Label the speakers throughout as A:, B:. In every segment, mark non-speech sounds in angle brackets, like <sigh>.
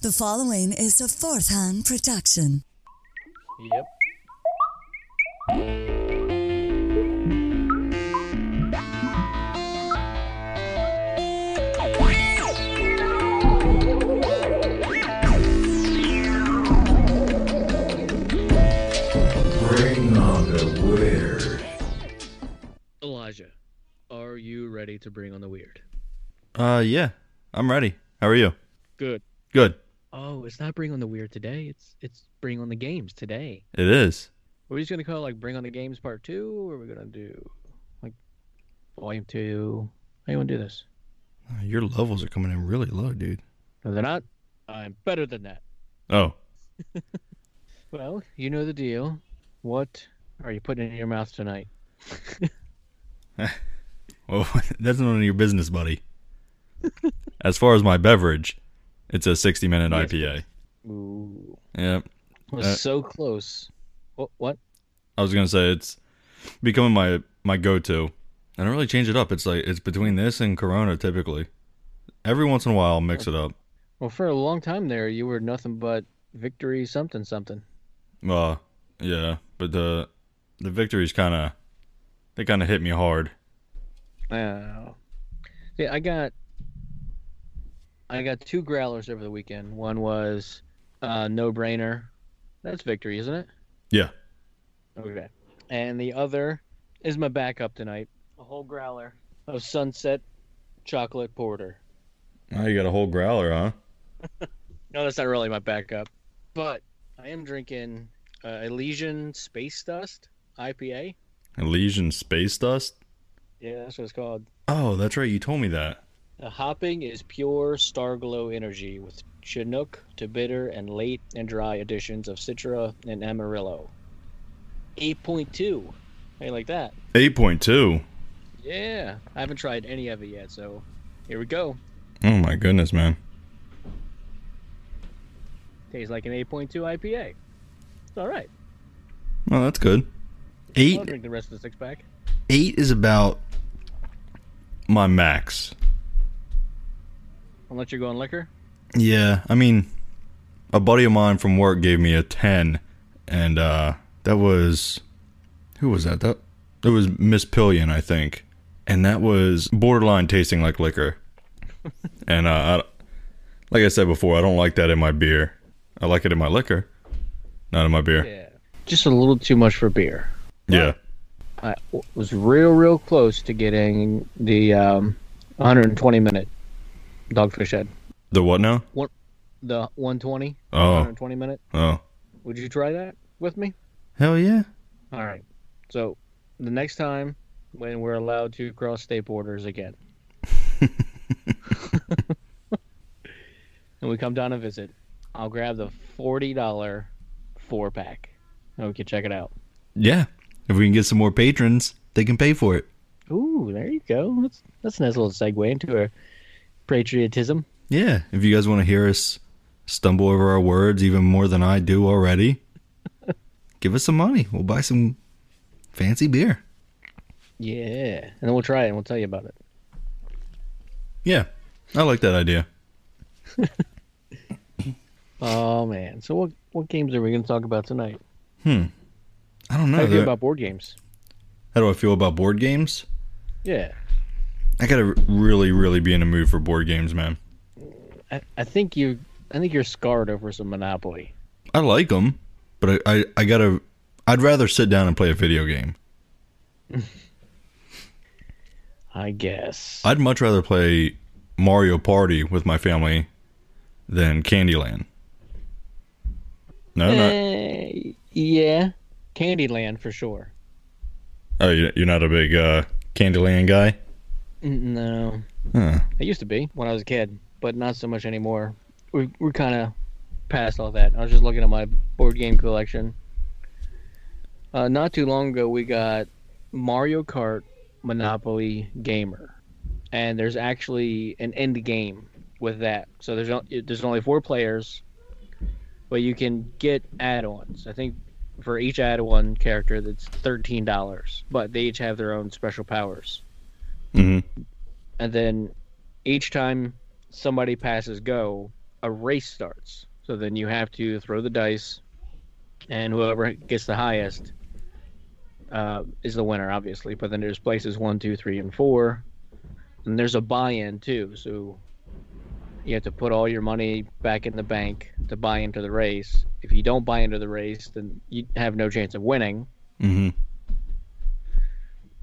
A: The following is a fourth hand production.
B: Yep.
C: Bring on the weird.
B: Elijah, are you ready to bring on the weird?
D: Uh, yeah, I'm ready. How are you?
B: Good.
D: Good.
B: Oh, it's not bring on the weird today. It's it's bring on the games today.
D: It is.
B: Are we just gonna call it like bring on the games part two, or are we gonna do like volume two? How you wanna do this?
D: Uh, Your levels are coming in really low, dude.
B: No, they're not. I'm better than that.
D: Oh,
B: Well, you know the deal. What are you putting in your mouth tonight?
D: well, Oh, <laughs> that's none of your business, <laughs> buddy. as far as my beverage, it's a 60 minute
B: Yes,
D: IPA.
B: Ooh,
D: Yeah,
B: I was
D: Uh,
B: so close. What? What?
D: I was gonna say it's becoming my my go to. I don't really change it up. It's like it's between this and Corona typically. Every once in a while, I'll mix it up.
B: Well, for a long time there, you were nothing but victory something something.
D: Uh, yeah, but the the victories kind of they kind of hit me hard.
B: Oh. Yeah, I got I got two growlers over the weekend. One was uh no brainer. That's victory, isn't it?
D: Yeah.
B: Okay. And the other is my backup tonight. A whole growler of sunset chocolate porter.
D: Now you got a whole growler, huh?
B: No, that's not really my backup. But I am drinking uh, Elysian Space Dust IPA.
D: Elysian space dust.
B: Yeah, that's what it's called.
D: Oh, that's right. You told me that.
B: The hopping is pure Starglow energy with Chinook to bitter and late and dry additions of Citra and Amarillo. 8.2. How you like that?
D: Eight point two.
B: Yeah. I haven't tried any of it yet, so here we go.
D: Oh my goodness, man.
B: Tastes like an 8.2 IPA. It's all right.
D: Well, that's good. Eight
B: I'll drink the rest of the six pack.
D: eight is about my max.
B: Unless you're going liquor.
D: Yeah, I mean, a buddy of mine from work gave me a ten, and uh, that was who was that? That it was Miss Pillion, I think, and that was borderline tasting like liquor. and uh, I, like I said before, I don't like that in my beer. I like it in my liquor, not in my beer.
B: Yeah. Just a little too much for beer.
D: Yeah.
B: I w- was real, real close to getting the um, 120 minute Dogfish Head.
D: The what now?
B: The 120.
D: Oh,
B: 120 minute.
D: oh,
B: Would you try that with me?
D: hell yeah!
B: All right. So the next time when we're allowed to cross state borders again, and we come down and visit, I'll grab the forty dollar four pack, and we can check it out.
D: Yeah, if we can get some more patrons, they can pay for it.
B: Ooh, there you go. That's that's a nice little segue into our patriotism.
D: Yeah, if you guys want to hear us stumble over our words even more than I do <laughs> already, give us some money. We'll buy some fancy beer.
B: Yeah, and then we'll try it and we'll tell you about it.
D: Yeah, I like that idea.
B: Oh man! So what what games are we going to talk about tonight?
D: I don't
B: How
D: know.
B: do you
D: there-
B: feel about board games?
D: how do I feel about board games?
B: Yeah.
D: I gotta really, really be in a mood for board games, man.
B: I, I think you I think you're scarred over some Monopoly.
D: I like them, but I, I, I gotta. I'd rather sit down and play a video game.
B: I guess.
D: I'd much rather play Mario Party with my family than Candyland. No, not.
B: Eh, yeah. Candyland for sure.
D: Oh, you- you're not a big uh, Candyland guy?
B: Mm, No.
D: Huh.
B: I used to be when I was a kid, but not so much anymore. We we're kind of past all that. I was just looking at my board game collection. Uh, not too long ago, we got Mario Kart Monopoly Gamer, and there's actually an end game with that. So there's o- there's only four players, but you can get add-ons. I think for each add-on character, that's thirteen dollars, but they each have their own special powers
D: Mm-hmm.
B: and then each time somebody passes go, a race starts. So then you have to throw the dice, and whoever gets the highest uh, is the winner, obviously. But then there's places one, two, three, and four, and there's a buy-in too. So you have to put all your money back in the bank to buy into the race. If you don't buy into the race, then you have no chance of winning.
D: Mm-hmm.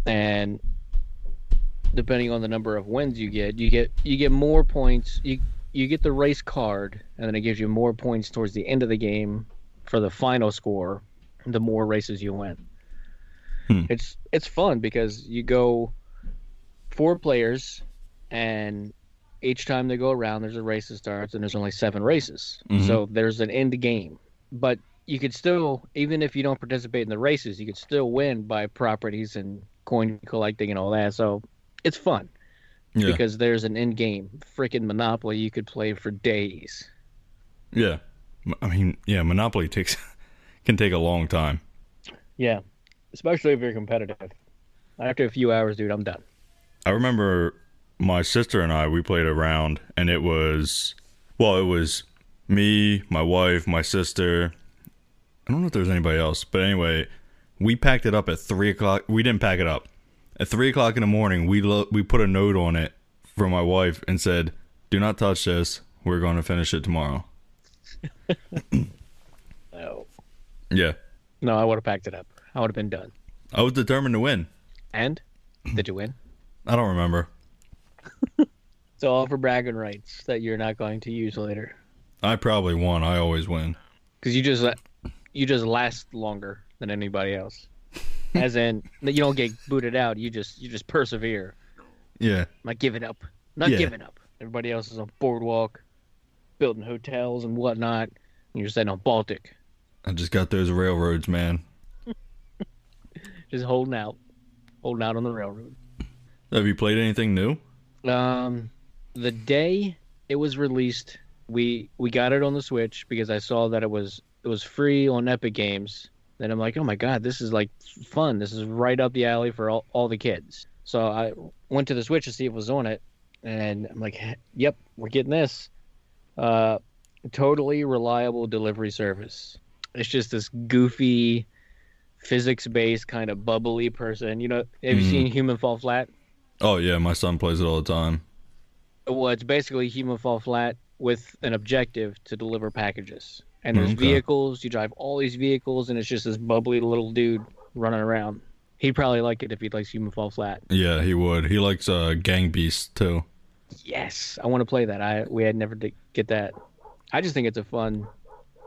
B: and depending on the number of wins you get, you get you get more points. You you get the race card, and then it gives you more points towards the end of the game for the final score. The more races you win,
D: Hmm.
B: it's it's fun because you go four players, and each time they go around, there's a race that starts, and there's only seven races,
D: Mhm.
B: so there's an end game. But you could still, even if you don't participate in the races, you could still win by properties and coin collecting and all that. So it's fun
D: Yeah.
B: because there's an end game. Freaking Monopoly, you could play for days.
D: yeah. M- I mean, yeah, Monopoly takes <laughs> can take a long time.
B: Yeah, especially if you're competitive. After a few hours, dude, I'm done.
D: I remember my sister and I we played a round and it was well, it was me, my wife, my sister. I don't know if there was anybody else, but anyway, we packed it up at three o'clock. We didn't pack it up at three o'clock in the morning. We lo- we put a note on it for my wife and said, "Do not touch this. We're going to finish it tomorrow."
B: No,
D: Yeah,
B: no, I would have packed it up. I would have been done.
D: I was determined to win.
B: And did you <clears throat> win?
D: I don't remember.
B: It's all for bragging rights that you're not going to use later
D: I probably won. I always win.
B: because you just you just last longer than anybody <laughs> else. As in, that you don't get booted out. You just you just persevere.
D: Yeah.
B: not giving up, not
D: Yeah.
B: giving up. Everybody else is on boardwalk, building hotels and whatnot. And you're sitting on Baltic,
D: I just got those railroads, man.
B: just holding out, holding out on the railroad.
D: Have you played anything new?
B: Um, the day it was released, we we got it on the Switch because I saw that it was it was free on Epic Games. Then I'm like, oh my god, this is like fun. This is right up the alley for all, all the kids. So I went to the Switch to see if it was on it, and I'm like, yep, we're getting this. Uh, totally reliable delivery service. It's just this goofy, physics-based kind of bubbly person. You know, have you
D: Mhm.
B: seen Human Fall Flat?
D: Oh yeah, my son plays it all the time.
B: well, it's basically human fall flat with an objective to deliver packages. And there's
D: Okay.
B: vehicles, you drive all these vehicles, and it's just this bubbly little dude running around. He'd probably like it if he likes human fall flat.
D: Yeah, he would. He likes uh, Gang Beasts too.
B: Yes, I want to play that. I we had never did get that. I just think it's a fun,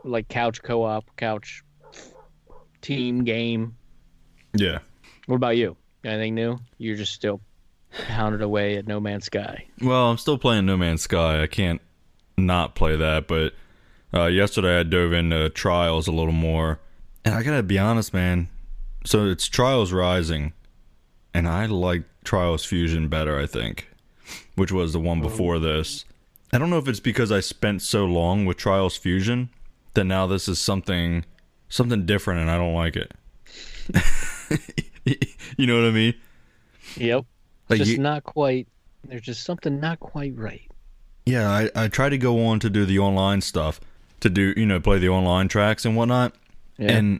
B: like couch co-op, couch team game.
D: Yeah.
B: What about you? Anything new? You're just still pounded away at No Man's Sky.
D: Well, I'm still playing No Man's Sky. I can't not play that, but uh, yesterday I dove into Trials a little more, and I gotta be honest, man. So it's Trials Rising, and I like Trials Fusion better, I think, which was the one before this. I don't know if it's because I spent so long with Trials Fusion that now this is something something different, and I don't like it. <laughs> you know what I mean?
B: Yep.
D: Like
B: just
D: you-
B: not quite. There's just something not quite right.
D: Yeah, I, I try to go on to do the online stuff, to do, you know, play the online tracks and whatnot.
B: Yeah.
D: And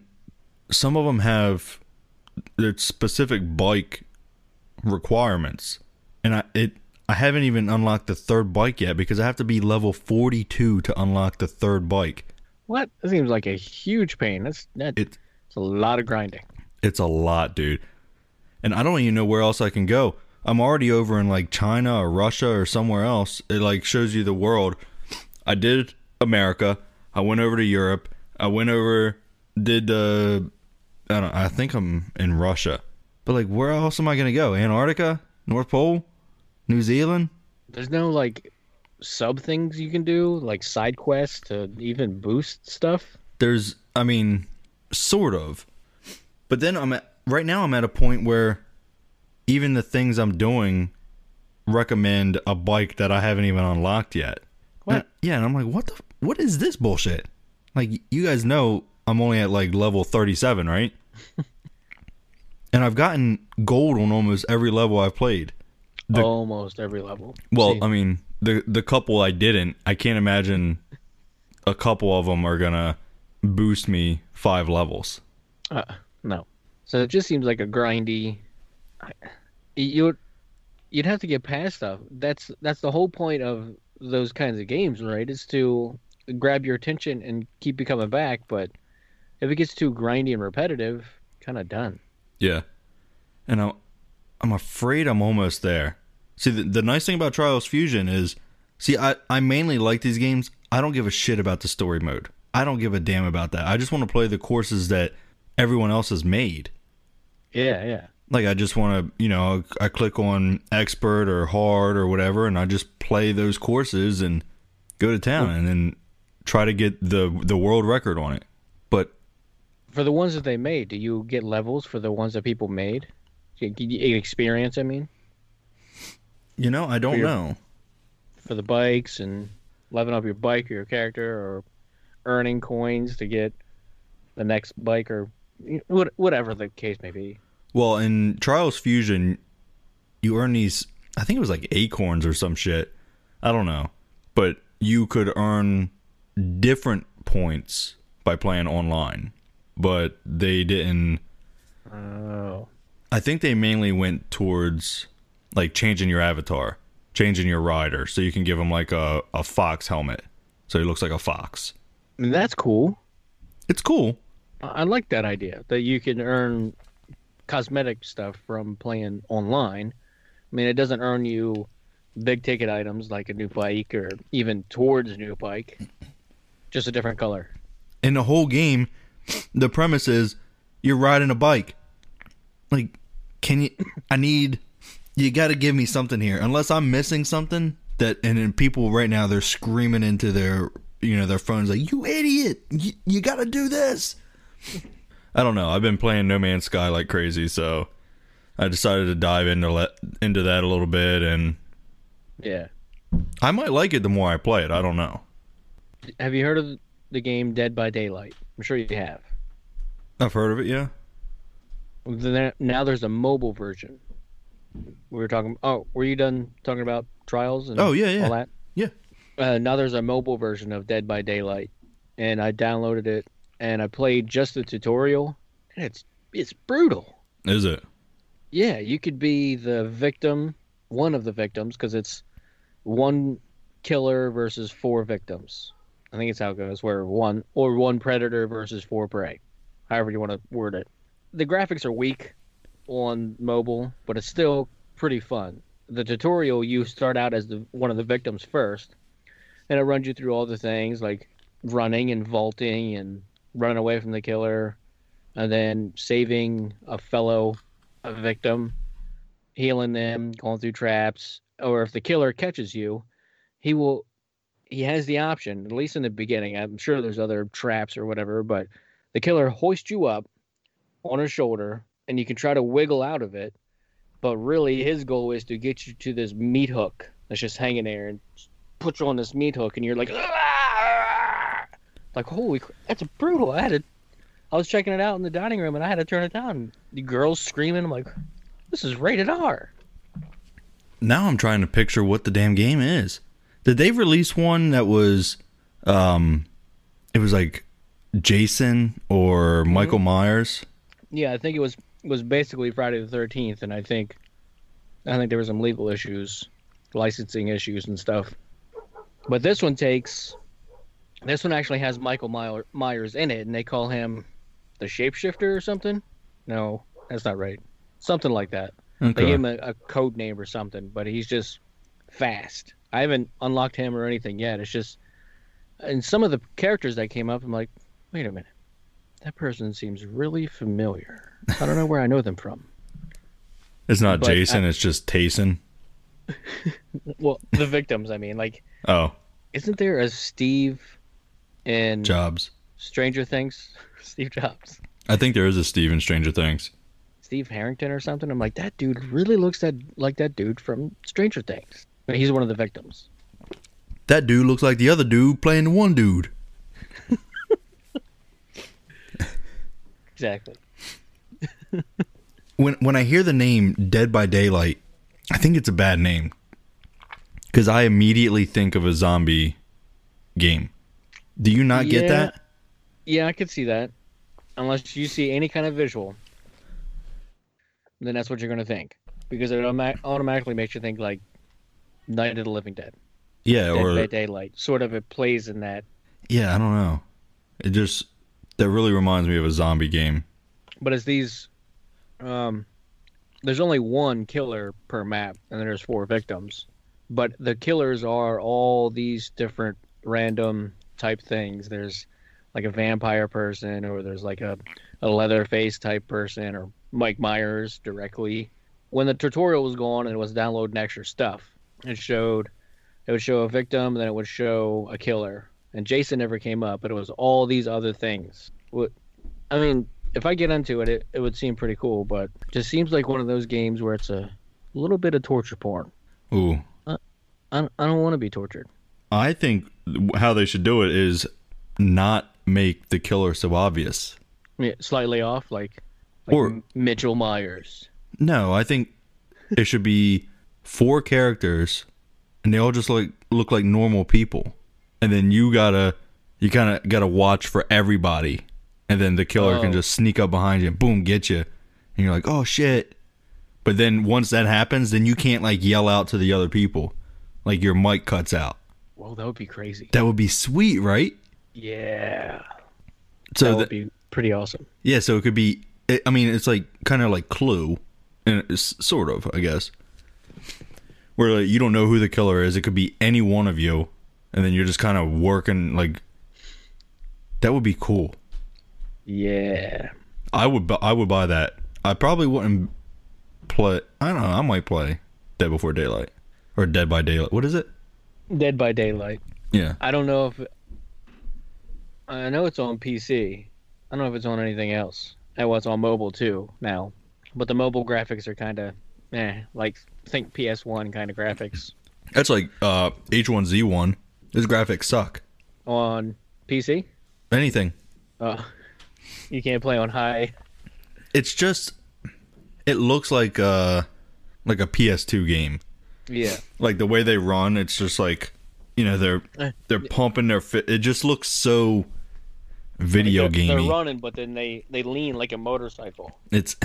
D: some of them have their specific bike requirements. And I, it, I haven't even unlocked the third bike yet because I have to be level 42 to unlock the third bike.
B: What? That seems like a huge pain. That's that,
D: It,
B: that's a lot of grinding.
D: it's a lot, dude. And I don't even know where else I can go. I'm already over in like China or Russia or somewhere else. It like shows you the world. I did America. I went over to Europe. I went over did uh I don't I think I'm in Russia. But like where else am I going to go? Antarctica? North Pole? New Zealand?
B: There's no like sub things you can do, like side quests to even boost stuff.
D: there's i mean sort of but then i'm at right now i'm at a point where even the things i'm doing recommend a bike that i haven't even unlocked yet
B: What?
D: And- yeah and i'm like what the f- what is this bullshit like you guys know i'm only at like level 37 right and i've gotten gold on almost every level i've played The-
B: Almost every level.
D: well
B: See,
D: i mean the the couple i didn't i can't imagine a couple of them are gonna boost me five levels.
B: Uh, no. So it just seems like a grindy. You'd you'd have to get past stuff. That's that's the whole point of those kinds of games, right? Is to grab your attention and keep you coming back. But if it gets too grindy and repetitive, kind of done.
D: Yeah, and I'm I'm afraid I'm almost there. See, the, the nice thing about Trials Fusion is, see, I I mainly like these games. I don't give a shit about the story mode. I don't give a damn about that. I just want to play the courses that everyone else has made.
B: Yeah, yeah.
D: like I just want to, you know, I click on expert or hard or whatever, and I just play those courses and go to town, and then try to get the the world record on it. But
B: For the ones that they made, do you get levels for the ones that people made? You- you- Experience, I mean,
D: you know, I don't
B: your-
D: know.
B: for the bikes and leveling up your bike or your character or earning coins to get the next bike or you know, what- whatever the case may be.
D: Well, in Trials Fusion, you earn these. I think it was like acorns or some shit. I don't know, but you could earn different points by playing online. But they didn't
B: Oh.
D: I think they mainly went towards like changing your avatar, changing your rider, so you can give him like a, a fox helmet, so he looks like a fox.
B: I mean, that's cool.
D: It's cool.
B: I I like that idea that you can earn cosmetic stuff from playing online. I mean, it doesn't earn you big ticket items like a new bike or even towards a new bike, just a different color.
D: In the whole game, the premise is you're riding a bike. Like, can you? I need. You got to give me something here, unless I'm missing something. That and then people right now they're screaming into their you know their phones like you idiot, you, you got to do this. I don't know. I've been playing No Man's Sky like crazy, so I decided to dive into le- into that a little bit, and
B: Yeah.
D: I might like it the more I play it. I don't know.
B: Have you heard of the game Dead by Daylight? I'm sure you have.
D: I've heard of it, yeah.
B: There- Now there's a mobile version. We were talking. Oh, were you done talking about trials and
D: Oh, yeah, yeah.
B: all that?
D: Yeah.
B: Uh, now there's a mobile version of Dead by Daylight, and I downloaded it and I played just the tutorial, and it's it's brutal.
D: Is it?
B: Yeah, you could be the victim, one of the victims, because it's one killer versus four victims. I think it's how it goes, where one or one predator versus four prey, however you want to word it. The graphics are weak on mobile, but it's still pretty fun. The tutorial, you start out as the, one of the victims first, and it runs you through all the things like running and vaulting and running away from the killer, and then saving a fellow a victim, healing them, going through traps, or if the killer catches you, he will he has the option, at least in the beginning. I'm sure there's other traps or whatever, but the killer hoists you up on his shoulder and you can try to wiggle out of it, but really his goal is to get you to this meat hook that's just hanging there and put you on this meat hook and you're like "Ah!" like holy cr- that's brutal. I had to I was checking it out in the dining room and I had to turn it down. The girls screaming. I'm like, this is rated R.
D: now I'm trying to picture what the damn game is. Did they release one that was um it was like Jason or
B: Hmm?
D: Michael Myers?
B: Yeah, I think it was was basically Friday the Thirteenth, and I think I think there were some legal issues, licensing issues and stuff. But this one takes this one actually has Michael Myer- Myers in it, and they call him the shapeshifter or something. No, that's not right. Something like that. They
D: Okay.
B: gave him a, a code name or something, but he's just fast. I haven't unlocked him or anything yet. It's just, and some of the characters that came up, I'm like, wait a minute, that person seems really familiar. I don't know where I know them from.
D: It's not
B: but
D: Jason, it's just Tayson.
B: Well, the victims, I mean, like,
D: Oh,
B: isn't there a Steve in
D: Jobs.
B: Stranger Things? <laughs> Steve Jobs,
D: I think there is a Steve in Stranger Things.
B: Steve Harrington or something. I'm like, that dude really looks that like that dude from Stranger Things. But he's one of the victims.
D: That dude looks like the other dude playing the one dude.
B: Exactly.
D: When when I hear the name Dead by Daylight, I think it's a bad name. Cuz I immediately think of a zombie game. Do you not get
B: Yeah.
D: that?
B: Yeah, I could see that. Unless you see any kind of visual, then that's what you're going to think. Because it automa- automatically makes you think like Night of the Living Dead,
D: Yeah,
B: Dead
D: or
B: by Daylight. Sort of it plays in that,
D: yeah, I don't know. It just that really reminds me of a zombie game.
B: but it's these. Um, there's only one killer per map, and there's four victims. But the killers are all these different random type things. There's like a vampire person, or there's like a, a leather face type person, or Mike Myers directly. When the tutorial was going and it was downloading extra stuff, it showed it would show a victim, then it would show a killer. And Jason never came up, but it was all these other things. What I mean, if I get into it, it, it would seem pretty cool, but just seems like one of those games where it's a little bit of torture porn.
D: Ooh,
B: I don't, I don't want to be tortured.
D: I think how they should do it is not make the killer so obvious.
B: I mean, slightly off, like, like
D: Or-
B: Mitchell Myers.
D: No, I think it should be four characters, and they all just like look like normal people, and then you gotta you kind of gotta watch for everybody, and then the killer can
B: Oh.
D: just sneak up behind you, and boom, get you, and you're like, oh shit. But then once that happens, then you can't like yell out to the other people, like your mic cuts out.
B: Whoa, that would be crazy.
D: That would be sweet, right?
B: Yeah,
D: So
B: that
D: that-
B: would be pretty awesome.
D: Yeah, so it could be. I- I mean, it's like kind of like Clue, and it's sort of, I guess, where like, you don't know who the killer is. It could be any one of you, and then you're just kind of working like. That would be cool.
B: Yeah,
D: I would. bu- I would buy that. I probably wouldn't play. I don't know. I might play Dead Before Daylight or Dead by Daylight. What is it?
B: Dead by Daylight.
D: Yeah.
B: I don't know if I know it's on PC. I don't know if it's on anything else. Well, it's on mobile too now, but the mobile graphics are kind of, eh, like think PS1 kind of graphics
D: That's like uh H1Z1. His graphics suck.
B: on PC.
D: Anything.
B: Oh, you can't play on high.
D: It's just. It looks like uh like a PS2 game.
B: Yeah,
D: like the way they run it's just like you know
B: Eh.
D: they're they're pumping their fi- it just looks so video
B: they're, they're
D: gamey
B: running, but then they they lean like a motorcycle.
D: it's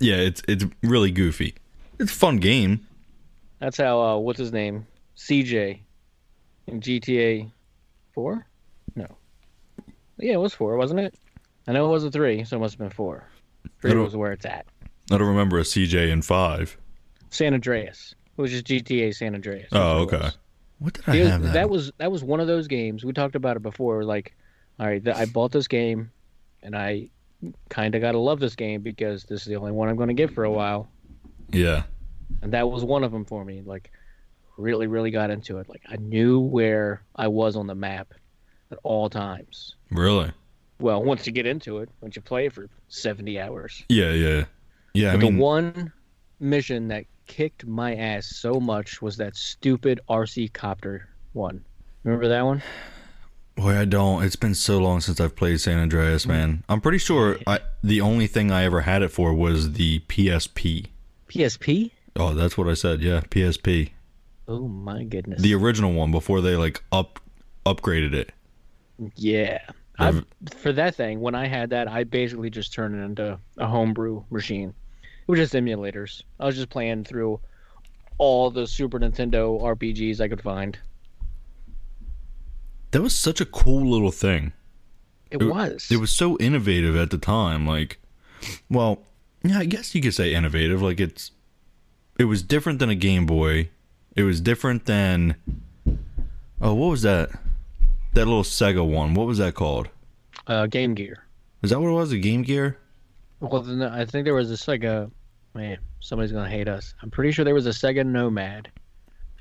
D: yeah it's it's really goofy it's a fun game
B: That's how uh, what's his name CJ in GTA four? No, yeah, it was four, wasn't it? I know it was a three, so it must have been four. Three
D: don't-
B: was where it's at.
D: i don't remember a cj in five.
B: San Andreas, which is GTA San Andreas. That's
D: Oh,
B: what it
D: okay
B: was.
D: what did i
B: It was-
D: have that,
B: that was that was one of those games we talked about it before. Like, all right, th- I bought this game, and I kind of gotta love this game because this is the only one I'm gonna get for a while.
D: yeah
B: and that was one of them for me. Like, really, really got into it. Like, I knew where I was on the map at all times.
D: really
B: Well, once you get into it, once you play it for seventy hours,
D: yeah yeah yeah i
B: but
D: mean
B: the one mission that kicked my ass so much was that stupid RC copter one. Remember that one?
D: boy i don't it's been so long since i've played san andreas man i'm pretty sure i the only thing i ever had it for was the psp
B: PSP.
D: oh that's what i said yeah psp
B: Oh my goodness.
D: the original one before they like up upgraded it.
B: yeah. I, for that thing, when I had that, I basically just turned it into a homebrew machine. It was just emulators. I was just playing through all the Super Nintendo RPGs I could find.
D: That was such a cool little thing.
B: It,
D: It-
B: was.
D: It was so innovative at the time. Like, well, yeah, I guess you could say innovative. Like it's, it was different than a Game Boy. It was different than, oh, what was that? That little Sega one. What was that called?
B: uh, Game Gear.
D: Is that what it was? A Game Gear?
B: Well, then I think there was a Sega. Man, somebody's gonna hate us. I'm pretty sure there was a Sega Nomad,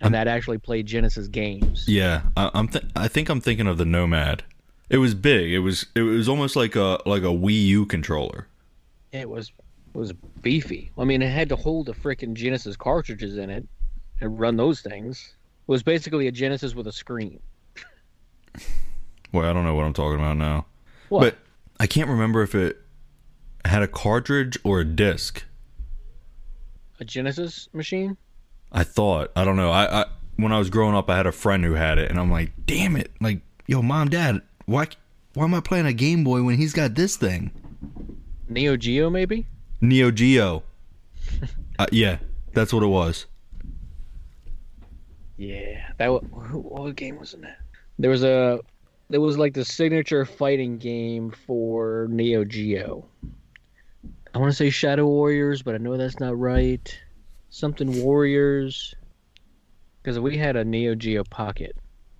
B: and that actually played Genesis games.
D: Yeah, I, I'm. Th- I think I'm thinking of the Nomad. It was big. It was. It was almost like a like a Wii U controller.
B: It was it was beefy. I mean, it had to hold the frickin' Genesis cartridges in it and run those things. It was basically a Genesis with a screen.
D: Boy, I don't know what I'm talking about now.
B: What?
D: But I can't remember if it had a cartridge or a disc.
B: a Genesis machine?
D: I thought. I don't know. I, I when I was growing up, I had a friend who had it, and I'm like, damn it! Like yo, mom, dad, why, why am I playing a Game Boy when he's got this thing?
B: Neo Geo, maybe?
D: Neo Geo. uh, yeah, that's what it was.
B: Yeah, that was, what game was in that? There was a there was like the signature fighting game for Neo Geo. I want to say Shadow Warriors, but I know that's not right. Something Warriors, because we had a Neo Geo Pocket,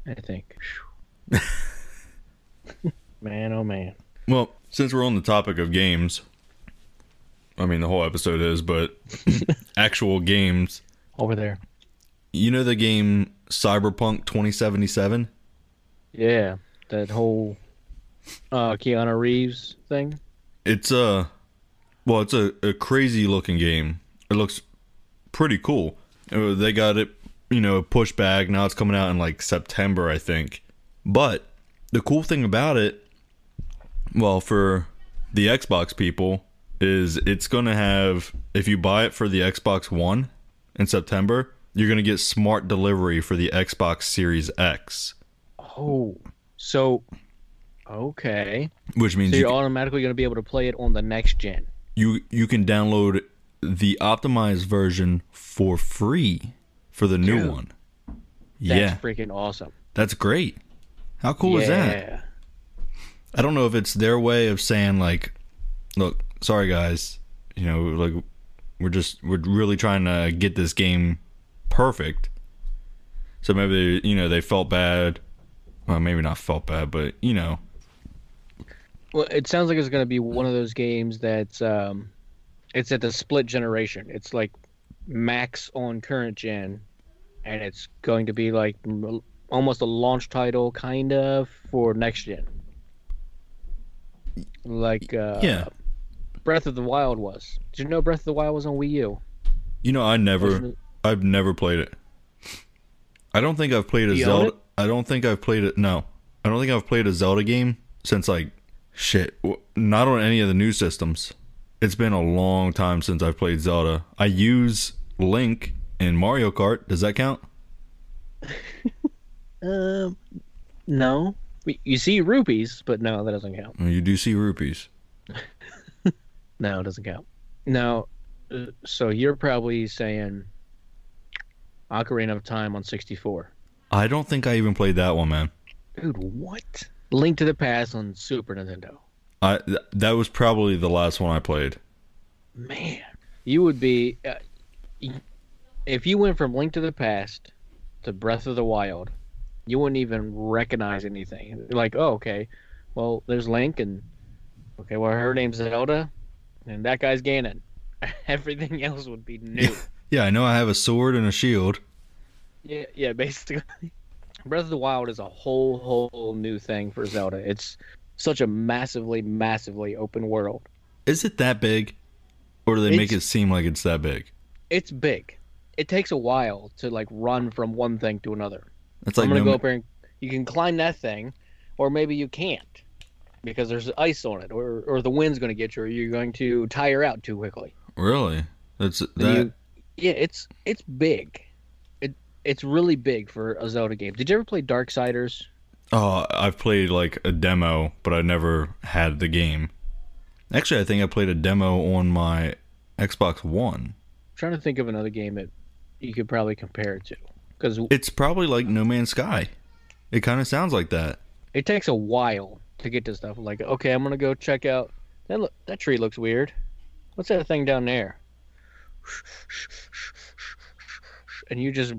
B: I <laughs> think. Phew. man, oh man.
D: Well, since we're on the topic of games, I mean, the whole episode is, but actual games.
B: Over there.
D: You know the game Cyberpunk 2077?
B: Yeah, that whole uh, Keanu Reeves thing.
D: It's a well, it's a, a crazy looking game. It looks pretty cool. Uh, They got it, you know, pushed back. Now it's coming out in like September, I think. But the cool thing about it, well, for the Xbox people, is it's going to have if you buy it for the Xbox One in September, you're going to get smart delivery for the Xbox Series X,
B: Oh, so okay.
D: which means
B: So
D: you
B: you're
D: can-
B: automatically going to be able to play it on the next gen.
D: you you can download the optimized version for free for the new
B: Dude,
D: one.
B: That's
D: yeah,
B: freaking awesome.
D: that's great. How cool
B: yeah.
D: is that? I don't know if it's their way of saying like, look, sorry guys, you know, like we're just we're really trying to get this game perfect. So maybe they, you know they felt bad. Well, maybe not felt bad, but you know,
B: Well, it sounds like it's going to be one of those games that's um, it's at the split generation. It's like max on current gen, and it's going to be like m- almost a launch title kind of for next gen. Like uh,
D: yeah.
B: Breath of the Wild was. Did you know Breath of the Wild was on Wii U?
D: You know, I
B: Wasn't
D: never,
B: it-
D: I've never played it. I don't think I've played a
B: You own
D: Zelda.
B: it?
D: I don't think I've played it. No, I don't think I've played a Zelda game since like shit. w- Not on any of the new systems. It's been a long time since I've played Zelda. I use Link in Mario Kart. Does that count?
B: Um, no. We- You see rupees, but no, that doesn't count.
D: Well, You do see rupees.
B: No, it doesn't count. Now, uh, so you're probably saying Ocarina of Time on 64.
D: I don't think I even played that one, man.
B: Dude, what? Link to the Past on Super Nintendo.
D: I th- that was probably the last one I played.
B: Man, you would be. Uh, y- if you went from Link to the Past to Breath of the Wild, you wouldn't even recognize anything. Like, oh, okay, well, there's Link, and okay, well, her name's Zelda, and that guy's Ganon. <laughs> Everything else would be new.
D: Yeah, I know I have a sword and a shield.
B: Yeah, yeah, <laughs> basically. Breath of the Wild is a whole, whole new thing for Zelda. It's such a massively, massively open world.
D: Is it that big, or do they make it
B: It's-
D: seem like it's that big?
B: It's big. It takes a while to like run from one thing to another.
D: It's like
B: I'm gonna
D: no
B: go
D: ma-
B: up here and you can climb that thing, or maybe you can't because there's ice on it, or or the wind's gonna get you, or you're going to tire out too quickly.
D: Really? That's
B: Then
D: that.
B: you- yeah, it's it's big. It it's really big for a Zelda game. Did you ever play Darksiders?
D: oh, I've played like a demo, but I never had the game. Actually, I think I played a demo on my Xbox One.
B: trying to think of another game that you could probably compare it to because
D: It's probably like No Man's Sky. It kind of sounds like that.
B: it takes a while to get to stuff like okay i'm gonna go check out that look that tree looks weird what's that thing down there and you just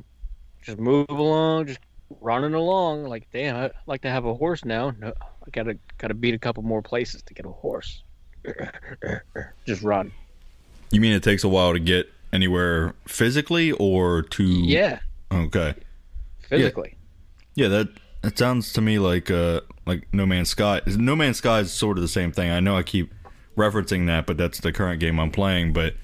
B: just move along just running along like damn i'd like to have a horse now no i gotta gotta beat a couple more places to get a horse <coughs> just run
D: You mean it takes a while to get anywhere physically, or to?
B: yeah
D: Okay.
B: physically
D: Yeah, that that sounds to me like uh like No Man's Sky. No Man's Sky is sort of the same thing. I know I keep referencing that, but that's the current game I'm playing. But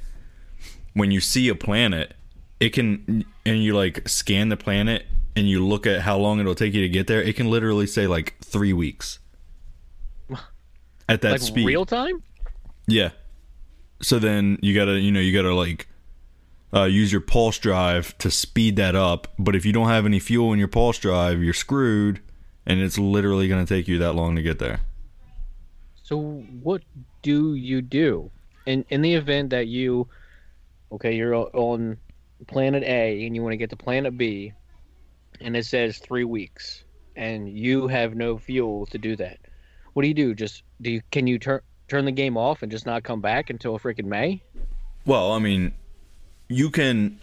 D: when you see a planet, it can and you like scan the planet and you look at how long it'll take you to get there. It can literally say like three weeks at that
B: like
D: speed.
B: real time
D: Yeah. So then you gotta, you know, you gotta like uh, use your pulse drive to speed that up. But if you don't have any fuel in your pulse drive, you're screwed. and it's literally going to take you that long to get there.
B: So what do you do in in the event that you okay, you're o- on planet A and you want to get to planet B and it says 3 weeks and you have no fuel to do that. What do you do? Just do you can you turn turn the game off and just not come back until freaking May?
D: Well, I mean, you can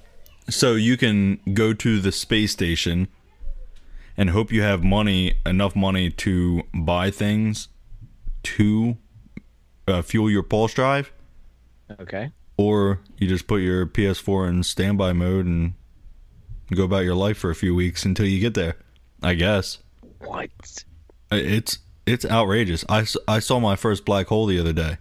D: so you can go to the space station and hope you have money enough money to buy things to uh, fuel your pulse drive
B: Okay.
D: or you just put your PS4 in standby mode and go about your life for a few weeks until you get there. I guess
B: What?
D: I- it's it's outrageous. I, s- I saw my first black hole the other day,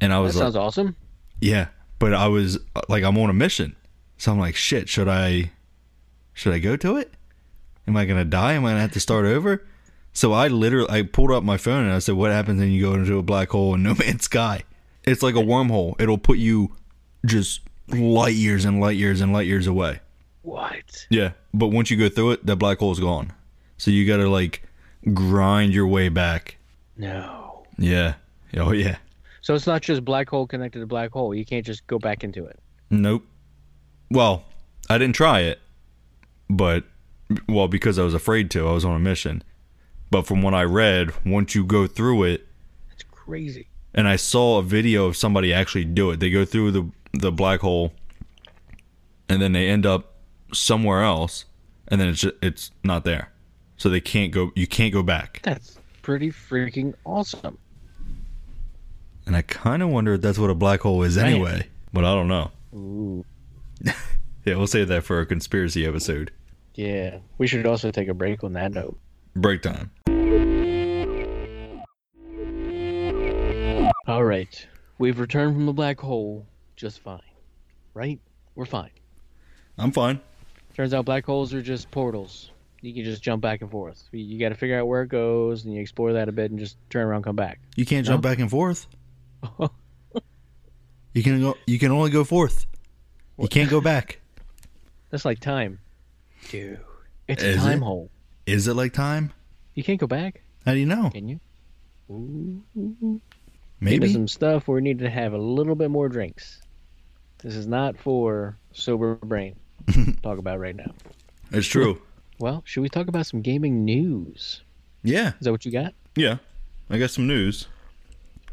D: and I
B: That
D: was like,
B: sounds awesome.
D: yeah, but I was uh, like, I'm on a mission, so I'm like, shit, should I, should I go to it? Am I gonna die? Am I gonna have to start over? So I literally, I pulled up my phone and I said, what happens when you go into a black hole in no <laughs> man's sky? It's like a wormhole. It'll put you just light years and light years and light years away.
B: What?
D: Yeah, but once you go through it, that black hole's gone. So you gotta like grind your way back.
B: No.
D: Yeah. Oh yeah.
B: So it's not just black hole connected to black hole. You can't just go back into it.
D: Nope. Well, I didn't try it, but well, because I was afraid to. I was on a mission. But from what I read, once you go through it,
B: That's crazy.
D: and I saw a video of somebody actually do it. They go through the the black hole, and then they end up somewhere else, and then it's ju- it's not there, so they can't go. You can't go back.
B: That's pretty freaking awesome.
D: And I kind of wonder if that's what a black hole is anyway. But I don't know.
B: Ooh.
D: <laughs> Yeah, we'll save that for a conspiracy episode.
B: Yeah. We should also take a break on that note.
D: Break time.
B: All right. We've returned from the black hole just fine. Right? We're fine.
D: I'm fine.
B: Turns out black holes are just portals. You can just jump back and forth. You- You got to figure out where it goes and you explore that a bit and just turn around and come back. <laughs>
D: You can't jump back and forth. you can go. You can only go forth. You can't go back.
B: That's like time. Dude. It's
D: Is
B: a time
D: it?
B: hole.
D: <laughs> Is it like time?
B: You can't go back,
D: How do you know?
B: can you? Into
D: Maybe.
B: some stuff where we need to have a little bit more drinks. This is not for sober
D: <laughs>
B: brain. to talk about right now.
D: It's true.
B: Well, should we talk about some gaming news?
D: Yeah.
B: Is that what you got?
D: Yeah. I got some news.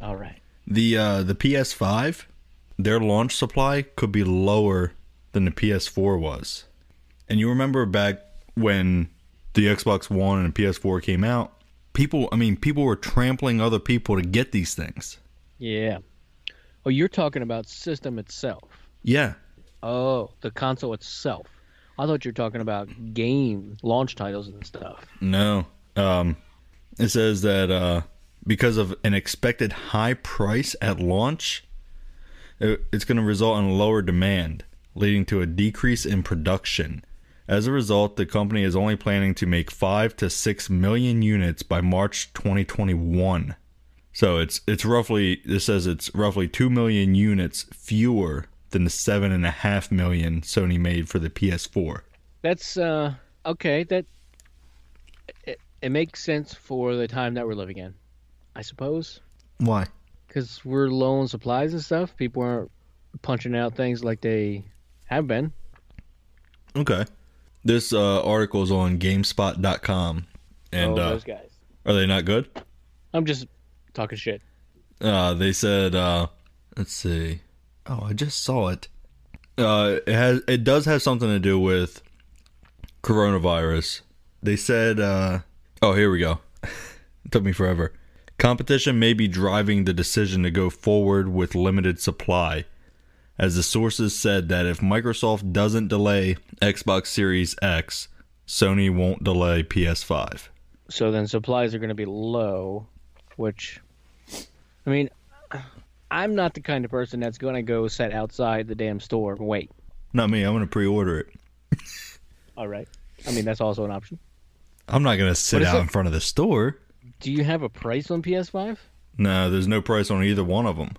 B: All right.
D: The uh, the PS5, their launch supply could be lower than the PS4 was. And you remember back when the Xbox One and PS4 came out, people. I mean, people were trampling other people to get these things.
B: Yeah. Oh, you're talking about system itself.
D: Yeah.
B: Oh, the console itself. I thought you were talking about game launch titles and stuff.
D: No. Um, it says that uh, because of an expected high price at launch, it, it's going to result in lower demand, leading to a decrease in production. As a result, the company is only planning to make five to six million units by March 2021. So it's it's roughly this says it's roughly two million units fewer than the seven and a half million Sony made for the PS4.
B: That's uh okay, that it, it makes sense for the time that we're living in. I suppose
D: Why?
B: cuz we're low on supplies and stuff. People aren't punching out things like they have been.
D: Okay. This uh, article is on GameSpot.com, and
B: oh,
D: uh,
B: those guys.
D: are they not good?
B: I'm just talking shit.
D: Uh, they said, uh, let's see. Oh, I just saw it. Uh, it has it does have something to do with coronavirus. They said, uh, oh, here we go. <laughs> it took me forever. Competition may be driving the decision to go forward with limited supply, as the sources said that if Microsoft doesn't delay Xbox Series X, Sony won't delay PS5.
B: so then supplies are going to be low which i mean i'm not the kind of person that's going to go set outside the damn store and wait
D: Not me. I'm gonna pre-order it.
B: all right i mean that's also an option
D: I'm not gonna sit
B: is
D: out
B: it?
D: in front of the store.
B: do you have a price on ps5
D: No, there's no price on either one of them.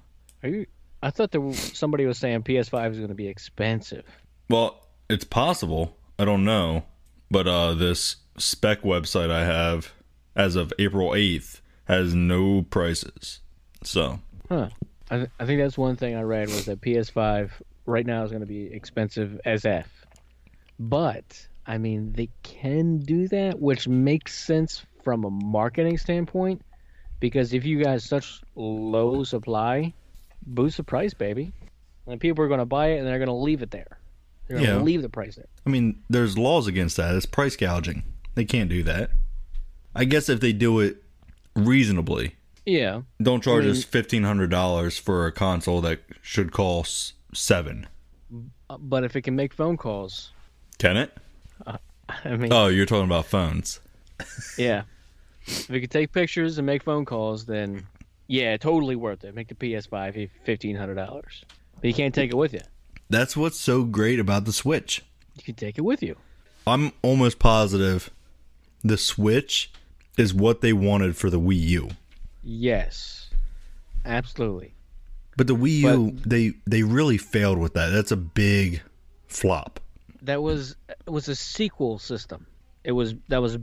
B: are you i thought there was, somebody was saying ps5 is going to be expensive
D: Well, it's possible. I don't know. But uh this spec website I have as of April 8th has no prices. So,
B: Huh. I, th- I think that's one thing I read was that PS5 right now is going to be expensive as F. But, I mean, they can do that, which makes sense from a marketing standpoint because if you got such low supply, boost the price, baby. And people are going to buy it and they're going to leave it there. They're going to
D: Yeah.
B: leave the price there.
D: I mean, there's laws against that. It's price gouging. They can't do that. I guess if they do it reasonably,
B: Yeah.
D: don't charge
B: I mean-
D: us $1,500 for a console that should cost seven.
B: Uh, But if it can make phone calls, <laughs>
D: Can it?
B: I mean,
D: Oh, you're talking about phones.
B: Yeah. If it could take pictures and make phone calls, then yeah, totally worth it. Make the PS5 fifteen hundred dollars. But you can't take it with you.
D: That's what's so great about the Switch.
B: You can take it with you.
D: I'm almost positive the Switch is what they wanted for the Wii U.
B: Yes, absolutely.
D: But the Wii U, they they really failed with that. That's a big flop.
B: That was it was a sequel system. It was that was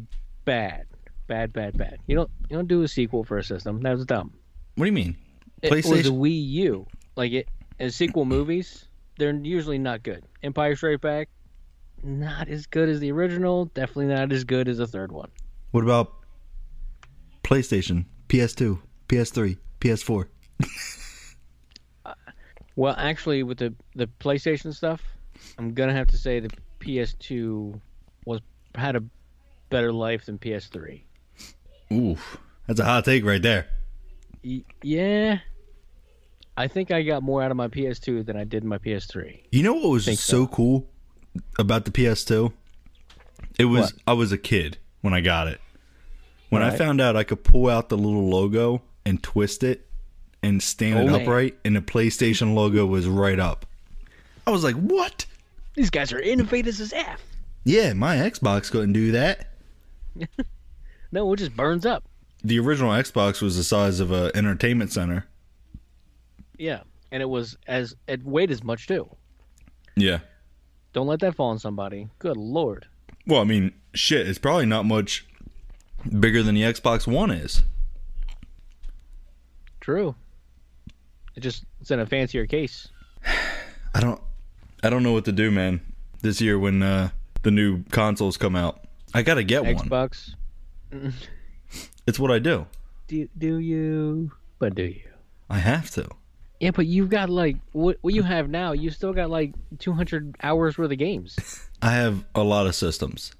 B: bad, bad, bad, bad. You don't you don't do a sequel for a system. That was dumb.
D: What do you mean?
B: It was a
D: PlayStation.
B: Wii U. Like it as sequel movies, they're usually not good. Empire Straight Back, not as good as the original. Definitely not as good as the third one.
D: What about PlayStation, PS2, PS3, PS4?
B: Well, actually, with the the PlayStation stuff, I'm gonna have to say the PS2 was had a better life than PS3.
D: Oof, that's a hot take right there.
B: Y- yeah, I think I got more out of my PS2 than I did my PS3.
D: You know what was so,
B: Think so.
D: cool about the PS2? It
B: What?
D: was I was a kid when I got it. When I
B: Right.
D: found out I could pull out the little logo and twist it and stand it
B: Oh, man.
D: upright, and the PlayStation logo was right up. I was like, "What?
B: These guys are innovators as f.
D: Yeah, my Xbox couldn't do that."
B: No, it just burns up.
D: The original Xbox was the size of a entertainment center.
B: Yeah, and it was as it weighed as much too.
D: Yeah.
B: Don't let that fall on somebody. Good lord.
D: Well, I mean, shit, it's probably not much bigger than the Xbox One is.
B: True. It just it's in a fancier case.
D: I don't I don't know what to do, man. This year when uh the new consoles come out. I got to get one.
B: Xbox.
D: It's what I do.
B: Do do you? But do you?
D: I have to.
B: Yeah, but you've got like what what you have now. You still got like 200 hours worth of games,
D: I have a lot of systems.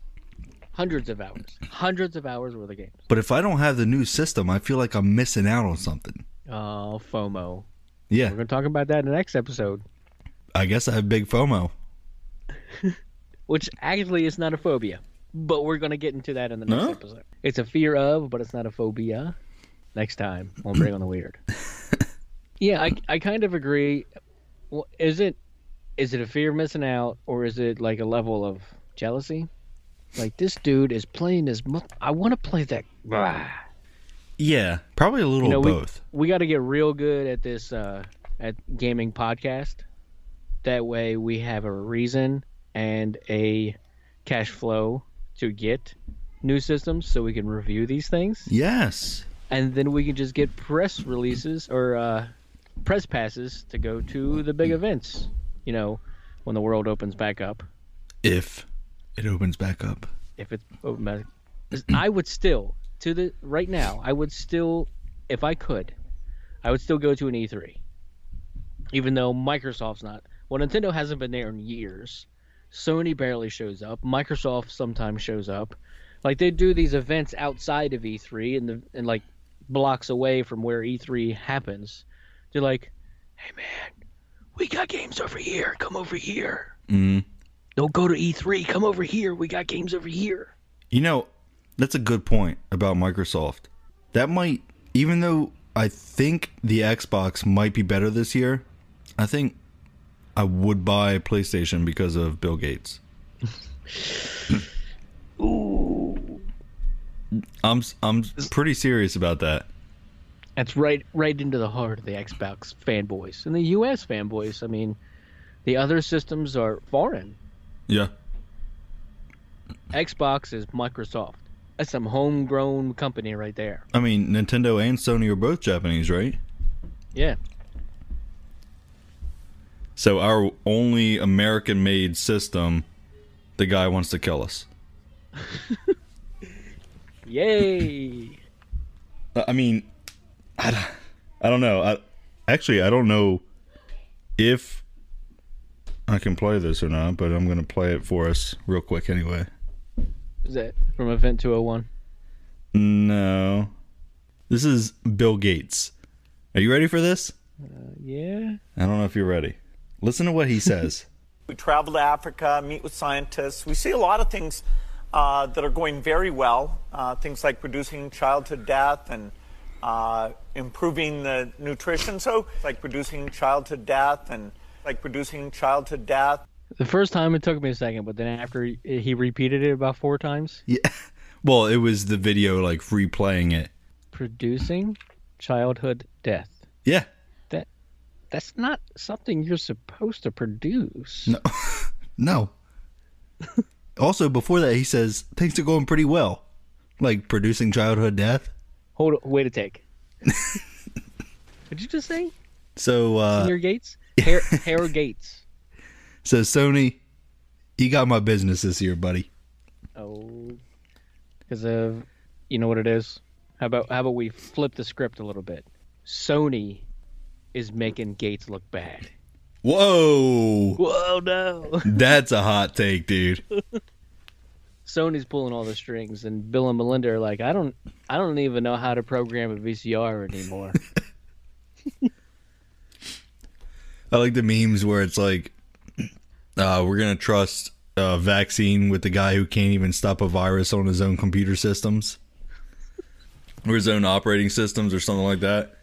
B: hundreds of hours, hundreds of hours worth of games.
D: But if I don't have the new system, I feel like I'm missing out on something.
B: Oh, FOMO. We're
D: Yeah,
B: gonna talk about that in the next episode,
D: I guess I have big FOMO.
B: which actually is not a phobia, but we're gonna get into that in the next
D: No?
B: episode. It's a fear of, but it's not a phobia. Next time, we'll bring on the weird. yeah, I I kind of agree. Well, is it is it a fear of missing out, or is it like a level of jealousy? Like this dude is playing this. mo- I want to play that.
D: Yeah, probably a little
B: You know,
D: of
B: we-
D: both.
B: we got to get real good at this uh, at gaming podcast. That way, we have a reason and a cash flow to get new systems, so we can review these things,
D: Yes.
B: and then we can just get press releases or uh, press passes to go to the big events. You know, when the world opens back up,
D: If it opens back up.
B: if it's open back, 'cause I would still to the right now. I would still, if I could, I would still go to an E3, even though Microsoft's not. Well, Nintendo hasn't been there in years. Sony barely shows up. Microsoft sometimes shows up. Like they do these events outside of E3 and the and like blocks away from where E3 happens. They're like, "Hey man, we got games over here. Come over here."
D: Mm.
B: Don't go to E3. Come over here. We got games over here.
D: You know, that's a good point about Microsoft. That might, even though I think the Xbox might be better this year, I think I would buy a PlayStation because of Bill Gates. Ooh. I'm s- I'm pretty serious about that.
B: That's right, right into the heart of the Xbox fanboys and the U.S. fanboys. I mean, the other systems are foreign.
D: Yeah.
B: Xbox is Microsoft. That's some homegrown company right there.
D: I mean, Nintendo and Sony are both Japanese, right?
B: Yeah.
D: So our only American-made system, the guy wants to kill us.
B: Yay. <laughs>
D: I I mean, I, d- I don't know. I actually I don't know if I can play this or not, but I'm gonna play it for us real quick anyway.
B: Is that from Event 201?
D: No, this is Bill Gates. Are you ready for this?
B: Yeah.
D: I don't know if you're ready. Listen to what <laughs> he says.
E: We travel to Africa, meet with scientists. We see a lot of things uh, that are going very well, uh, things like reducing childhood death and uh, improving the nutrition. So, like reducing childhood death and like reducing childhood death.
B: The first time it took me a second, but then after he- he repeated it about four times,
D: well, it was the video like replaying it.
B: producing childhood death.
D: Yeah,
B: That's not something you're supposed to produce.
D: No. <laughs> also, before that, he says things are going pretty well, like producing childhood death.
B: Hold on, wait a <laughs> take. Did you just say
D: So, uh,
B: Senior Gates? <laughs> Hair, Hair Gates.
D: so Sony, you got my business this year, buddy.
B: Oh, because of you know what it is. How about how about we flip the script a little bit? Sony is making Gates look bad.
D: Whoa,
B: Whoa, no! <laughs>
D: that's a hot take, dude.
B: Sony's pulling all the strings, and Bill and Melinda are like, I don't, I don't even know how to program a VCR <laughs> anymore.
D: I like the memes where it's like, uh, we're gonna trust a vaccine with the guy who can't even stop a virus on his own computer systems or his own operating systems or something like that.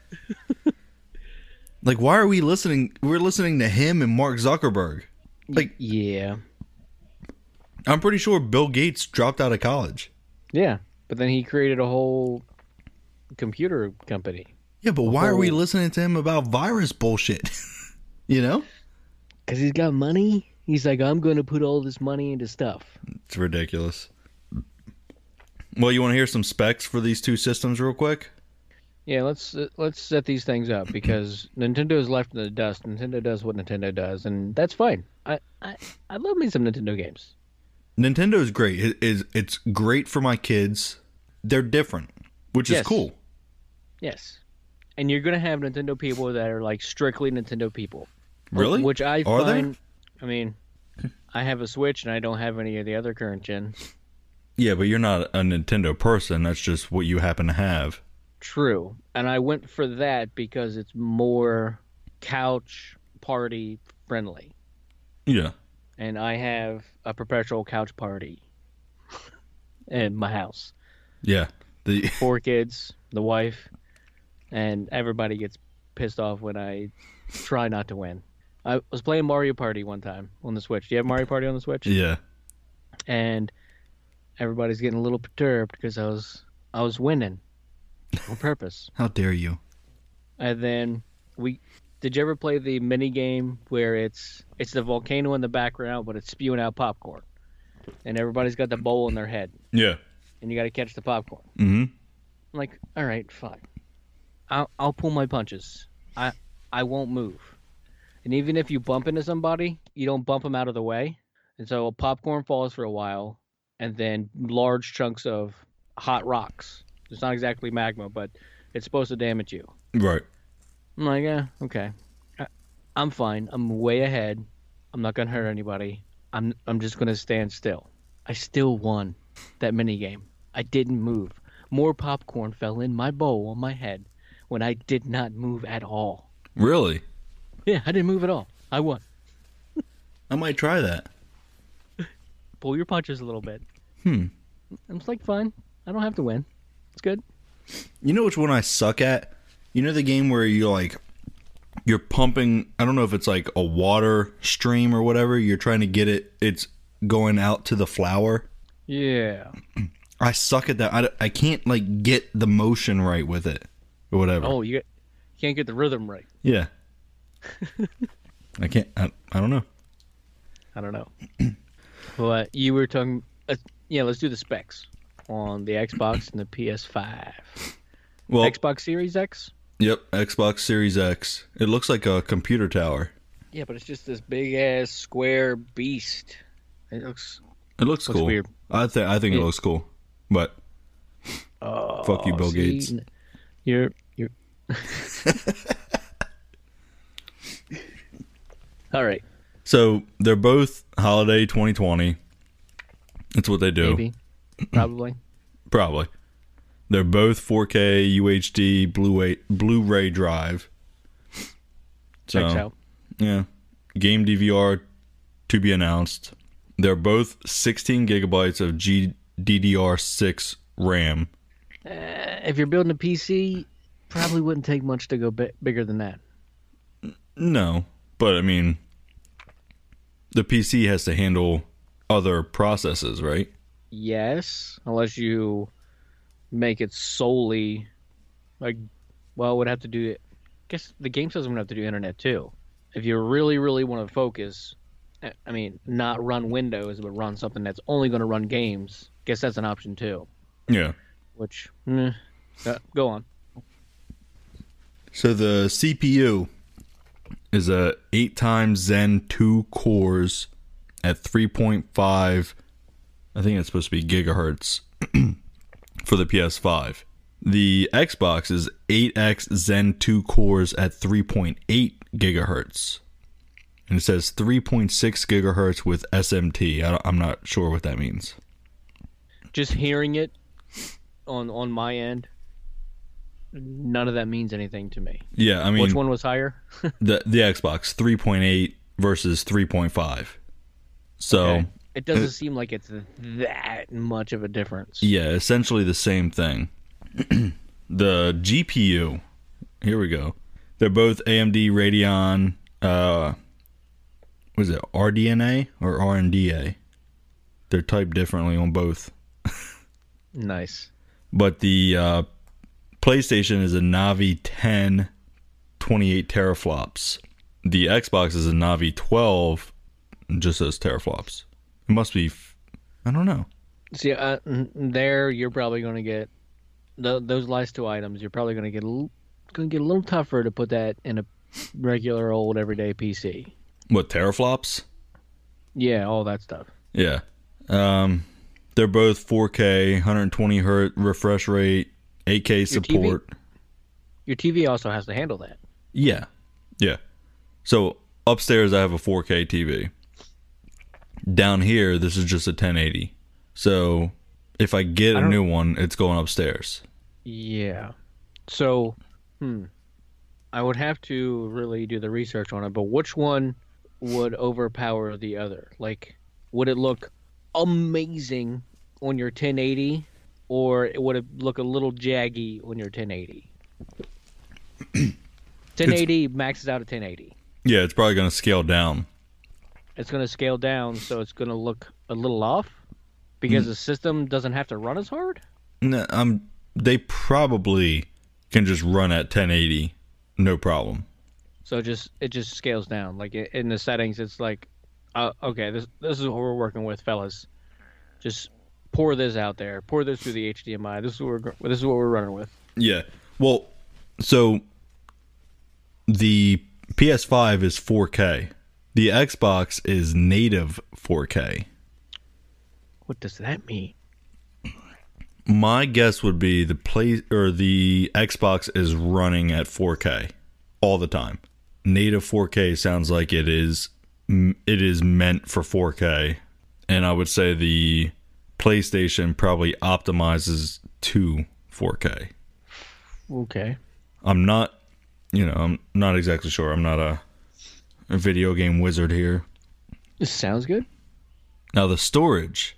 D: like, why are we listening? We're listening to him and Mark Zuckerberg. Like,
B: yeah,
D: I'm pretty sure Bill Gates dropped out of college.
B: yeah. But then he created a whole computer company
D: Yeah, but why are we
B: Oh.
D: listening to him about virus bullshit? <laughs> you know?
B: because he's got money. He's like, I'm going to put all this money into stuff.
D: It's ridiculous. Well, you want to hear some specs for these two systems real quick?
B: Yeah, let's uh, let's set these things up <clears throat> because Nintendo is left in the dust. Nintendo does what Nintendo does, and that's fine. I I, I love me some Nintendo games.
D: Nintendo is great. It is it's great for my kids. They're different, which is
B: Yes.
D: cool.
B: Yes, and you're gonna have Nintendo people that are like strictly Nintendo people.
D: Really?
B: Which I
D: Are they?
B: find. I mean, I have a Switch and I don't have any of the other current gen.
D: Yeah, but you're not a Nintendo person. That's just what you happen to have.
B: True, and I went for that because it's more couch party friendly,
D: Yeah.
B: and I have a perpetual couch party in my house.
D: Yeah. The <laughs>
B: Four kids, the wife, and everybody gets pissed off when I try not to win. I was playing Mario Party one time on the Switch. Do you have Mario Party on the Switch?
D: yeah.
B: and everybody's getting a little perturbed because I was I was winning on purpose.
D: How dare you?
B: And then we did you ever play the mini game where it's it's the volcano in the background but it's spewing out popcorn. And everybody's got the bowl in their head
D: Yeah.
B: and you got to catch the popcorn.
D: Mhm.
B: I'm like, "All right, fine. I'll I'll pull my punches. I I won't move." And even if you bump into somebody, you don't bump them out of the way. And so popcorn falls for a while, and then large chunks of hot rocks. It's not exactly magma, but it's supposed to damage you.
D: Right.
B: I'm like, yeah, okay. I- I'm fine. I'm way ahead. I'm not gonna hurt anybody. I'm I'm just gonna stand still. I still won that mini game. I didn't move. More popcorn fell in my bowl on my head when I did not move at all. <laughs>
D: Really?
B: Yeah, I didn't move at all. I won.
D: I might try that.
B: Pull your punches a little bit. Hmm. I'm just like, fine. I don't have to win. It's good.
D: You know which one I suck at? You know the game where you like you're pumping I don't know if it's like a water stream or whatever, you're trying to get it it's going out to the flower.
B: Yeah.
D: I suck at that. I, I can't like get the motion right with it or whatever.
B: Oh, you, you can't get the rhythm right.
D: Yeah. I can't I, I don't know.
B: <clears throat> I don't know. but you were talking. Uh, yeah, let's do the specs. on the Xbox and the PS5.
D: Well,
B: Xbox Series X?
D: yep, Xbox Series X. It looks like a computer tower.
B: Yeah, but it's just this big ass square beast. It looks
D: It looks,
B: Looks
D: cool.
B: weird.
D: I think I think it
B: Yeah.
D: looks cool, but fuck you, Bill
B: Oh, See,
D: Gates.
B: n- You're
D: <laughs>
B: you're. All right,
D: So they're both holiday 2020. That's what they do.
B: maybe,
D: <clears throat>
B: probably.
D: Probably. They're both 4K UHD Blu-ray Blu-ray drive. So,
B: Checks out.
D: Yeah. Game DVR to be announced. They're both 16 gigabytes of GDDR6 RAM.
B: If you're building a PC, probably wouldn't take much to go bi- bigger than that.
D: No, but I mean, the PC has to handle other processes, right?
B: Yes, unless you make it solely like, well, would have to do it. Guess the game system would have to do internet too. If you really, really want to focus, I- I mean, not run Windows, but run something that's only going to run games. Guess that's an option too.
D: Yeah.
B: Which, eh, uh, go on.
D: So the CPU is a eight times Zen two cores at three point five. I think it's supposed to be gigahertz <clears throat> for the PS5. The Xbox is 8x Zen 2 cores at 3.8 gigahertz. And it says 3.6 gigahertz with SMT. I don't- I'm not sure what that means.
B: Just hearing it on on my end, none of that means anything to me.
D: Yeah, I mean,
B: Which one was higher?
D: The, the Xbox 3.8 versus 3.5. So.
B: Okay. It doesn't seem like it's that much of a difference.
D: Yeah, essentially the same thing. <clears throat> the GPU. Here we go. They're both AMD Radeon. Uh, was it RDNA or RNDA? They're typed differently on both,
B: Nice.
D: but the uh, PlayStation is a Navi 10, 28 teraflops. The Xbox is a Navi 12, just says teraflops. It must be. F- I don't know.
B: See, uh, n- there you're probably going to get th- those last two items. You're probably going to get a l- going to get a little tougher to put that in a regular old everyday PC.
D: What teraflops?
B: Yeah, all that stuff.
D: Yeah. Um, they're both 4K, 120 hertz refresh rate, 8K
B: Your TV?
D: support.
B: Your TV also has to handle that.
D: Yeah. Yeah. So upstairs, I have a 4K TV. Down here, this is just a 1080. So if I get a new one, it's going upstairs.
B: Yeah. So, hmm. I would have to really do the research on it, but which one would overpower the other? Like, would it look amazing on your 1080, or it would it look a little jaggy on your 1080? 1080 maxes out at 1080.
D: Yeah, it's probably going to scale down.
B: It's going to scale down, so it's going to look a little off because the system doesn't have to run as hard.
D: No, I'm, they probably can just run at 1080, no problem.
B: So it just it just scales down. Like i- in the settings, it's like, uh, okay, this this is what we're working with, fellas. Just pour this out there. Pour this through the HDMI. This is what we're gr- this is what we're running with.
D: Yeah. Well, so the PS5 is 4K. The Xbox is native 4K.
B: What does that mean?
D: My guess would be the play or the Xbox is running at 4K all the time. Native 4K sounds like it is m- it is meant for 4K, and I would say the PlayStation probably optimizes to 4K.
B: Okay.
D: I'm not, you know, I'm not exactly sure. I'm not a, a video game wizard here.
B: This sounds good.
D: Now, the storage.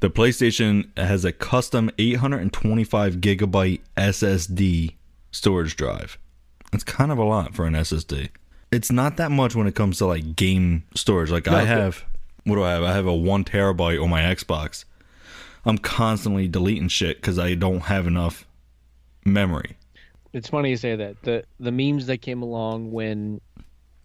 D: The PlayStation has a custom 825 gigabyte SSD storage drive. It's kind of a lot for an SSD. It's not that much when it comes to like game storage. Like, I have, what do I have? I have a one terabyte on my Xbox. I'm constantly deleting shit because I don't have enough memory.
B: It's funny you say that. The the memes that came along when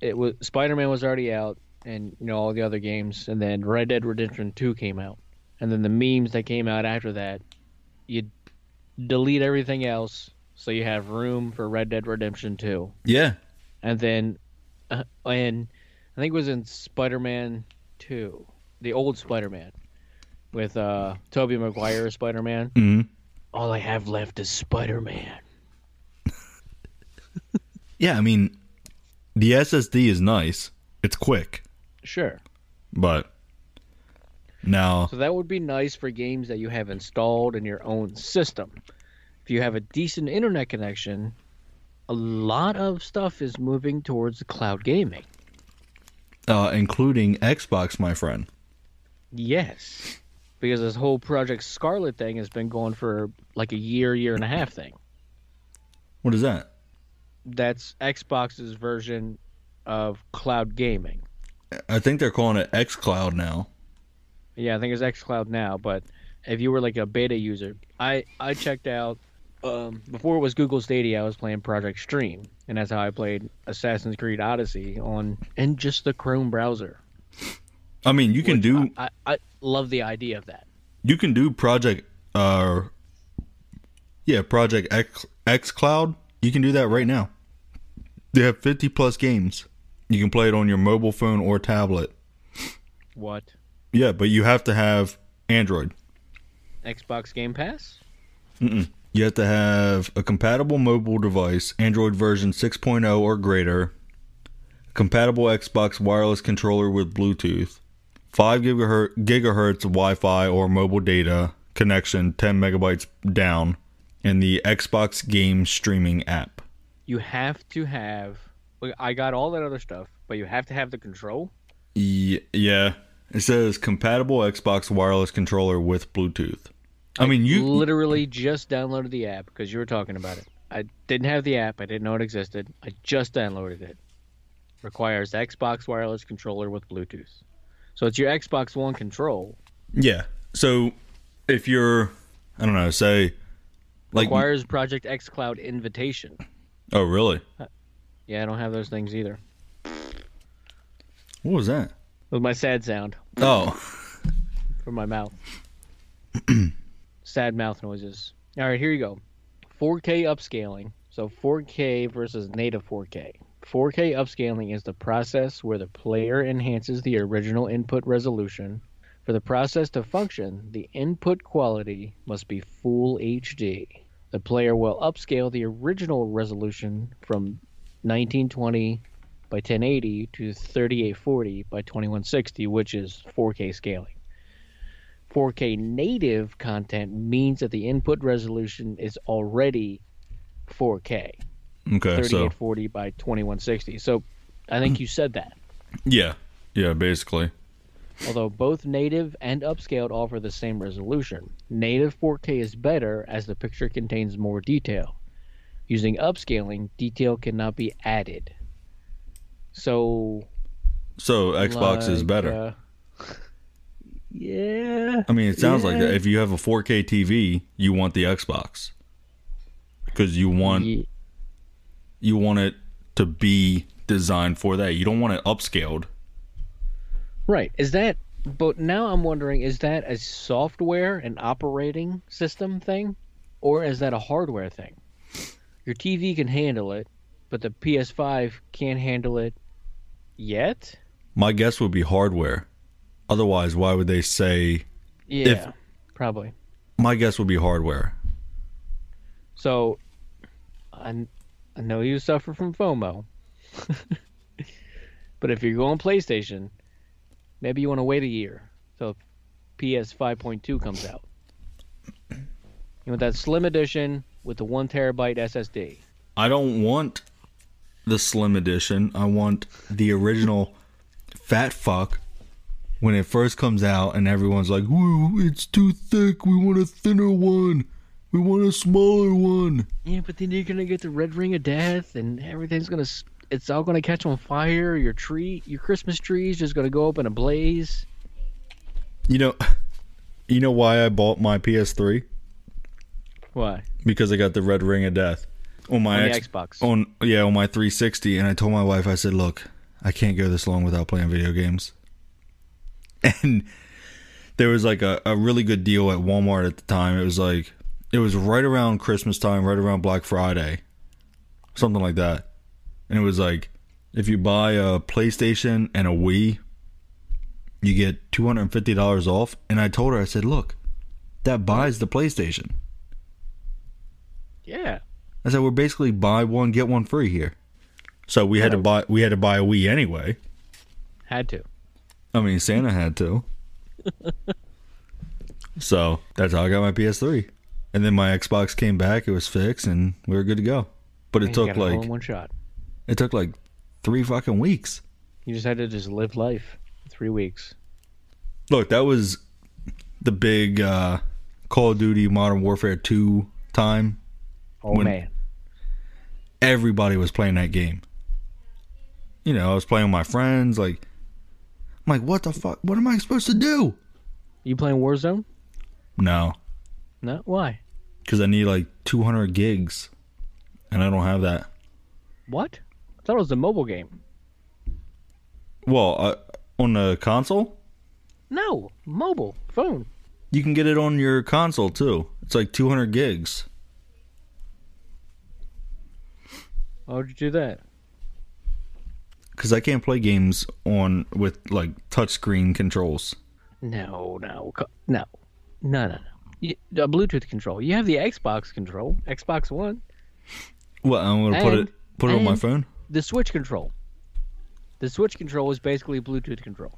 B: it was Spider Man was already out, and you know all the other games, and then Red Dead Redemption Two came out, and then the memes that came out after that you delete everything else, so you have room for Red Dead Redemption Two,
D: Yeah.
B: and then, uh, and I think it was in Spider Man Two, the old Spider Man, with uh Tobey Maguire Spider Man.
D: Mhm.
B: All I have left is Spider Man.
D: Yeah, I mean, the SSD is nice. It's quick,
B: Sure.
D: but now
B: So that would be nice for games that you have installed in your own system. If you have a decent internet connection, a lot of stuff is moving towards cloud gaming.
D: uh, including Xbox, my friend.
B: Yes. Because this whole Project Scarlet thing has been going for like a year, year and a half thing.
D: What is that?
B: That's Xbox's version of cloud gaming.
D: I think they're calling it XCloud now.
B: Yeah, I think it's xCloud now, but if you were like a beta user, I I checked out um, before it was Google Stadia, I was playing Project Stream, and that's how I played Assassin's Creed Odyssey on in just the Chrome browser.
D: I mean, you can do
B: I, I love the idea of that.
D: you can do Project, uh, yeah, Project X XCloud. You can do that right now. They have fifty plus games. You can play it on your mobile phone or tablet.
B: What
D: Yeah, but you have to have Android.
B: Xbox Game Pass?
D: You have to have a compatible mobile device, Android version 6.0 or greater, compatible Xbox wireless controller with Bluetooth, 5 gigaher- gigahertz Wi Fi or mobile data connection, 10 megabytes down, and the Xbox game streaming app.
B: You have to have. like, I got all that other stuff, but you have to have the control.
D: Y- yeah. It says compatible Xbox wireless controller with Bluetooth. I mean, you.
B: literally just downloaded the app because you were talking about it. I didn't have the app. I didn't know it existed. I just downloaded it. Requires Xbox wireless controller with Bluetooth. So it's your Xbox One control.
D: yeah. So if you're, I don't know, say. Like,
B: Requires Project X Cloud invitation.
D: oh, really?
B: Yeah, I don't have those things either.
D: What was that?
B: With my sad sound
D: Oh,
B: from my mouth. sad mouth noises. All right, here you go. 4K upscaling. So 4K versus native 4K. 4K upscaling is the process where the player enhances the original input resolution. For the process to function, the input quality must be full HD. The player will upscale the original resolution from 1920 by 1080 to 3840 by 2160, which is 4K scaling. 4K native content means that the input resolution is already 4K,
D: <laughs> okay. So
B: 3840 by 2160. So I think you said
D: <clears throat>
B: that.
D: yeah, yeah, basically.
B: Although both native and upscaled offer the same resolution, native 4K is better as the picture contains more detail. Using upscaling, detail cannot be added. So
D: So Xbox is
B: like,
D: better.
B: uh, <laughs> yeah.
D: I mean, it sounds like that. If you have a 4K TV, you want the Xbox because you want
B: Ye-
D: you want it to be designed for that. You don't want it upscaled.
B: Right. Is that but now I'm wondering is that a software and operating system thing or is that a hardware thing? Your TV can handle it, but the PS5 can't handle it yet?
D: My guess would be hardware. Otherwise, why would they say?
B: Yeah. Probably.
D: My guess would be hardware.
B: So I, I know you suffer from FOMO. <laughs> but if you're going PlayStation, maybe you want to wait a year till PS 5.2 comes out. You want that slim edition with the 1 terabyte SSD.
D: I don't want the slim edition. I want the original fat fuck when it first comes out and everyone's like, "Woo, it's too thick. We want a thinner one. We want a smaller one."
B: Yeah, but then you're going to get the red ring of death and everything's going to it's all going to catch on fire. Your tree, your Christmas tree is just going to go up in a blaze.
D: You know <laughs> you know why I bought my PS3?
B: Why?
D: Because I got the red ring of death on my
B: On the
D: X-
B: Xbox.
D: On yeah, on my 360 and I told my wife I said, "Look, I can't go this long without playing video games." <laughs> And there was like a, a really good deal at Walmart at the time. It was like it was right around Christmas time, right around Black Friday, something like that. And it was like, if you buy a PlayStation and a Wii, you get two hundred and fifty dollars off. And I told her, I said, look, that buys the PlayStation.
B: Yeah.
D: I said, we're basically buy one get one free here. So we had to buy we had to buy a Wii anyway.
B: Had to.
D: I mean, Santa had to. so that's how I got my PS3, and then my Xbox came back. It was fixed, and we were good to go. But it
B: You
D: took
B: got it all
D: like
B: in one shot.
D: it took like three fucking weeks.
B: You just had to just live life. Three weeks.
D: Look, that was the big uh, Call of Duty Modern Warfare two time.
B: Oh
D: When-
B: man.
D: Everybody was playing that game. You know, I was playing with my friends. Like, I'm like, what the fuck? What am I supposed to do?
B: You playing Warzone?
D: No,
B: No. Why?
D: because I need like 200 gigs, and I don't have that.
B: What? I thought it was a mobile game.
D: Well, uh, on the console,
B: No. Mobile. Phone.
D: you can get it on your console too. It's like 200 gigs.
B: Why would you do that?
D: Because I can't play games on with like touchscreen controls.
B: No, no, co- no, no, no, no. You, a Bluetooth control. You have the Xbox control, Xbox One,
D: Well, I'm gonna put
B: And-
D: it put it on my
B: and-
D: phone.
B: the Switch control. The Switch control is basically Bluetooth control.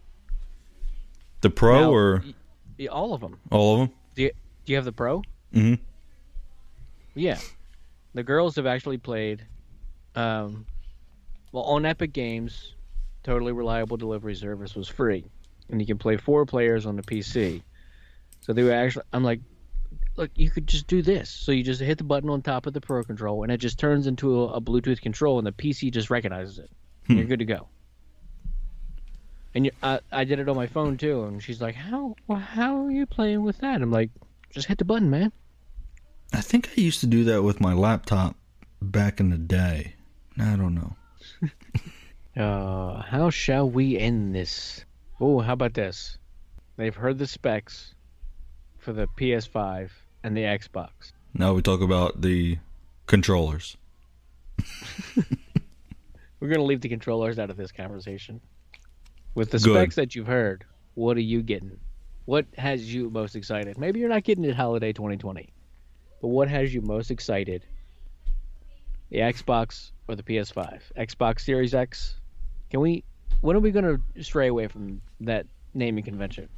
D: The Pro
B: Now,
D: Oh, or
B: y- y- all of them.
D: all of them?
B: Do you, do you have the Pro?
D: Mhm.
B: Yeah. The girls have actually played, um, well, on Epic Games, totally reliable delivery service was free, and you can play four players on the PC. So they were actually, I'm like, look, you could just do this. So you just hit the button on top of the Pro control, and it just turns into a, a Bluetooth control, and the PC just recognizes it. And you're good to go. And you, I, I did it on my phone too, and she's like, "How? Well, how are you playing with that?" I'm like, "Just hit the button, man."
D: I think I used to do that with my laptop back in the day. I don't know.
B: Uh, how shall we end this? Oh, how about this? They've heard the specs for the PS5 and the Xbox.
D: Now we talk about the controllers.
B: We're gonna leave the controllers out of this conversation. With the
D: Good.
B: specs that you've heard, what are you getting? What has you most excited? Maybe you're not getting it holiday 2020, but what has you most excited? The Xbox or the PS5? Xbox Series X? Can we? When are we gonna stray away from that naming convention?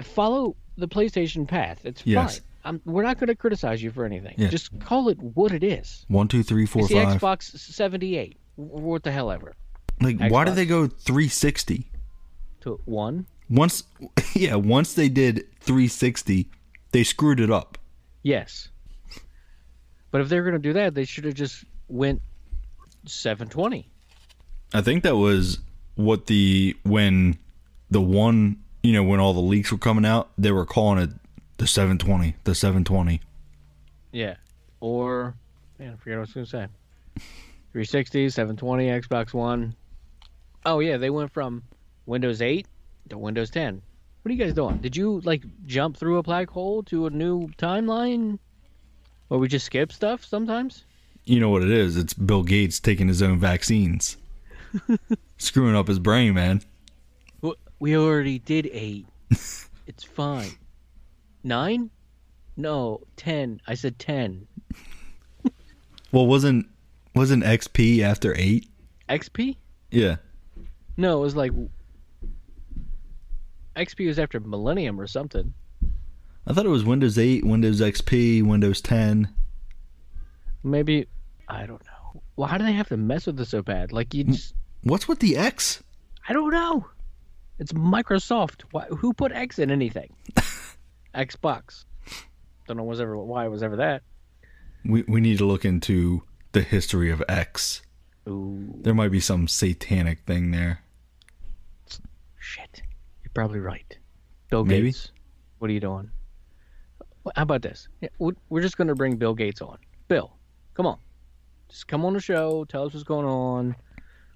B: Follow the PlayStation path. It's
D: Yes.
B: fine. i we're not gonna criticize you for anything.
D: Yes.
B: Just call it what it is.
D: One, two, three, four,
B: It's the
D: five.
B: Xbox 78. w- What the hell ever.
D: Like, why
B: Xbox.
D: did they go 360?
B: to one.
D: Once, <laughs> yeah, once they did 360, they screwed it up.
B: Yes. But if they're going to do that, they should have just went 720.
D: I think that was what the when the one you know when all the leaks were coming out, they were calling it the 720, the 720.
B: Yeah. Or man, I forget what I was going to say. 360, 720, Xbox One. Oh yeah, they went from Windows 8 to Windows 10. What are you guys doing? Did you like jump through a black hole to a new timeline? Or we just skip stuff sometimes?
D: You know what it is? It's Bill Gates taking his
B: <laughs>
D: own vaccines, screwing up his brain, man.
B: Wh- We already did eight. it's fine. Nine? No, ten. I said ten.
D: Well, wasn't wasn't XP after eight?
B: XP?
D: Yeah,
B: No, it was like XP was after Millennium or something.
D: I thought it was Windows 8, Windows XP, Windows 10.
B: Maybe I don't know. Well, how do they have to mess with this so bad? Like you just
D: What's with the X?
B: I don't know. It's Microsoft. Why, who put X in anything? Xbox. Don't know was ever why it was ever that.
D: We we need to look into the history of X.
B: Ooh,
D: There might be some satanic thing there.
B: shit. You're probably right. Bill
D: Maybe.
B: Gates. What are you doing? Wh- How about this? Yeah, we- We're just going to bring Bill Gates on. Bill, come on. Just come on the show. Tell us what's going on.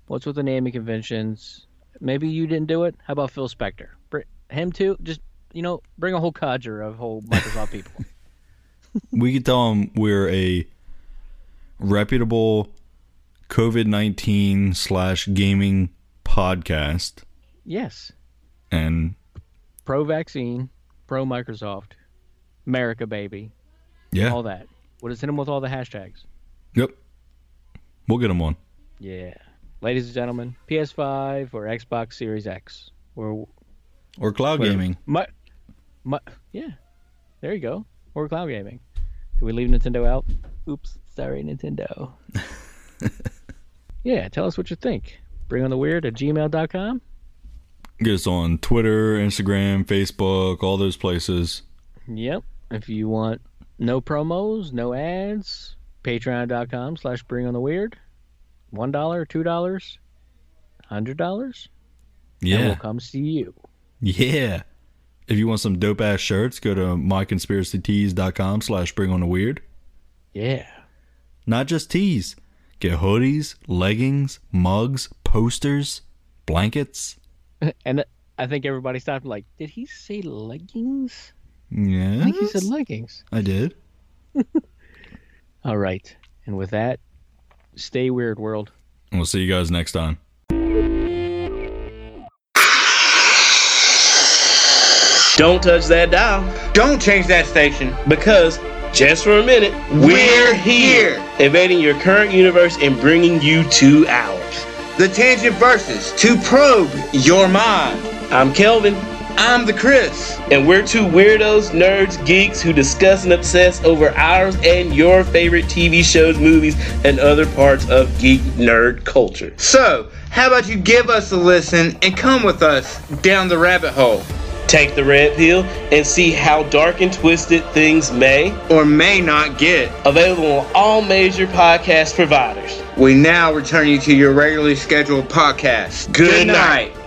B: What's with the naming conventions? Maybe you didn't do it. How about Phil Spector? Br- him too. Just you know, bring a whole codger of whole Microsoft people.
D: we could tell them we're a reputable COVID nineteen slash gaming podcast,
B: Yes.
D: and
B: Pro vaccine, pro Microsoft, America baby,
D: yeah,
B: all that. We'll just hit them with all the hashtags.
D: yep, we'll get them on.
B: Yeah. Ladies and gentlemen, PS5 or Xbox Series X or
D: Or cloud gaming.
B: My, my, yeah, there you go. Or cloud gaming. Did we leave Nintendo out? Oops, sorry, Nintendo. yeah, tell us what you think. Bring on the weird at gmail.com.
D: Get us on Twitter, Instagram, Facebook, all those places.
B: Yep. If you want no promos, no ads, patreon.com slash bring on the weird. $1, $2, $100. And we'll
D: Yeah,
B: come see you.
D: yeah. If you want some dope ass shirts, go to myconspiracytees.com slash bring on the weird.
B: Yeah.
D: Not just tees. Get hoodies, leggings, mugs, posters, blankets.
B: And I think everybody stopped like, did he say leggings? I
D: Yeah.
B: think he said leggings.
D: I did.
B: All right. And with that, stay weird, world.
D: And we'll see you guys next time.
F: Don't touch that dial
G: Don't change that station.
F: because just for a minute,
G: We're here.
F: invading your current universe and bringing you to ours.
G: The Tangent Versus to probe your mind.
F: I'm Kelvin,
G: I'm the Chris.
F: and we're two weirdos, nerds, geeks who discuss and obsess over ours and your favorite TV shows, movies, and other parts of geek nerd culture.
G: So, how about you give us a listen and come with us down the rabbit hole?
F: Take the red pill and see how dark and twisted things may.
G: Or may not get.
F: Available on all major podcast providers.
G: We now return you to your regularly scheduled podcast.
F: Good night.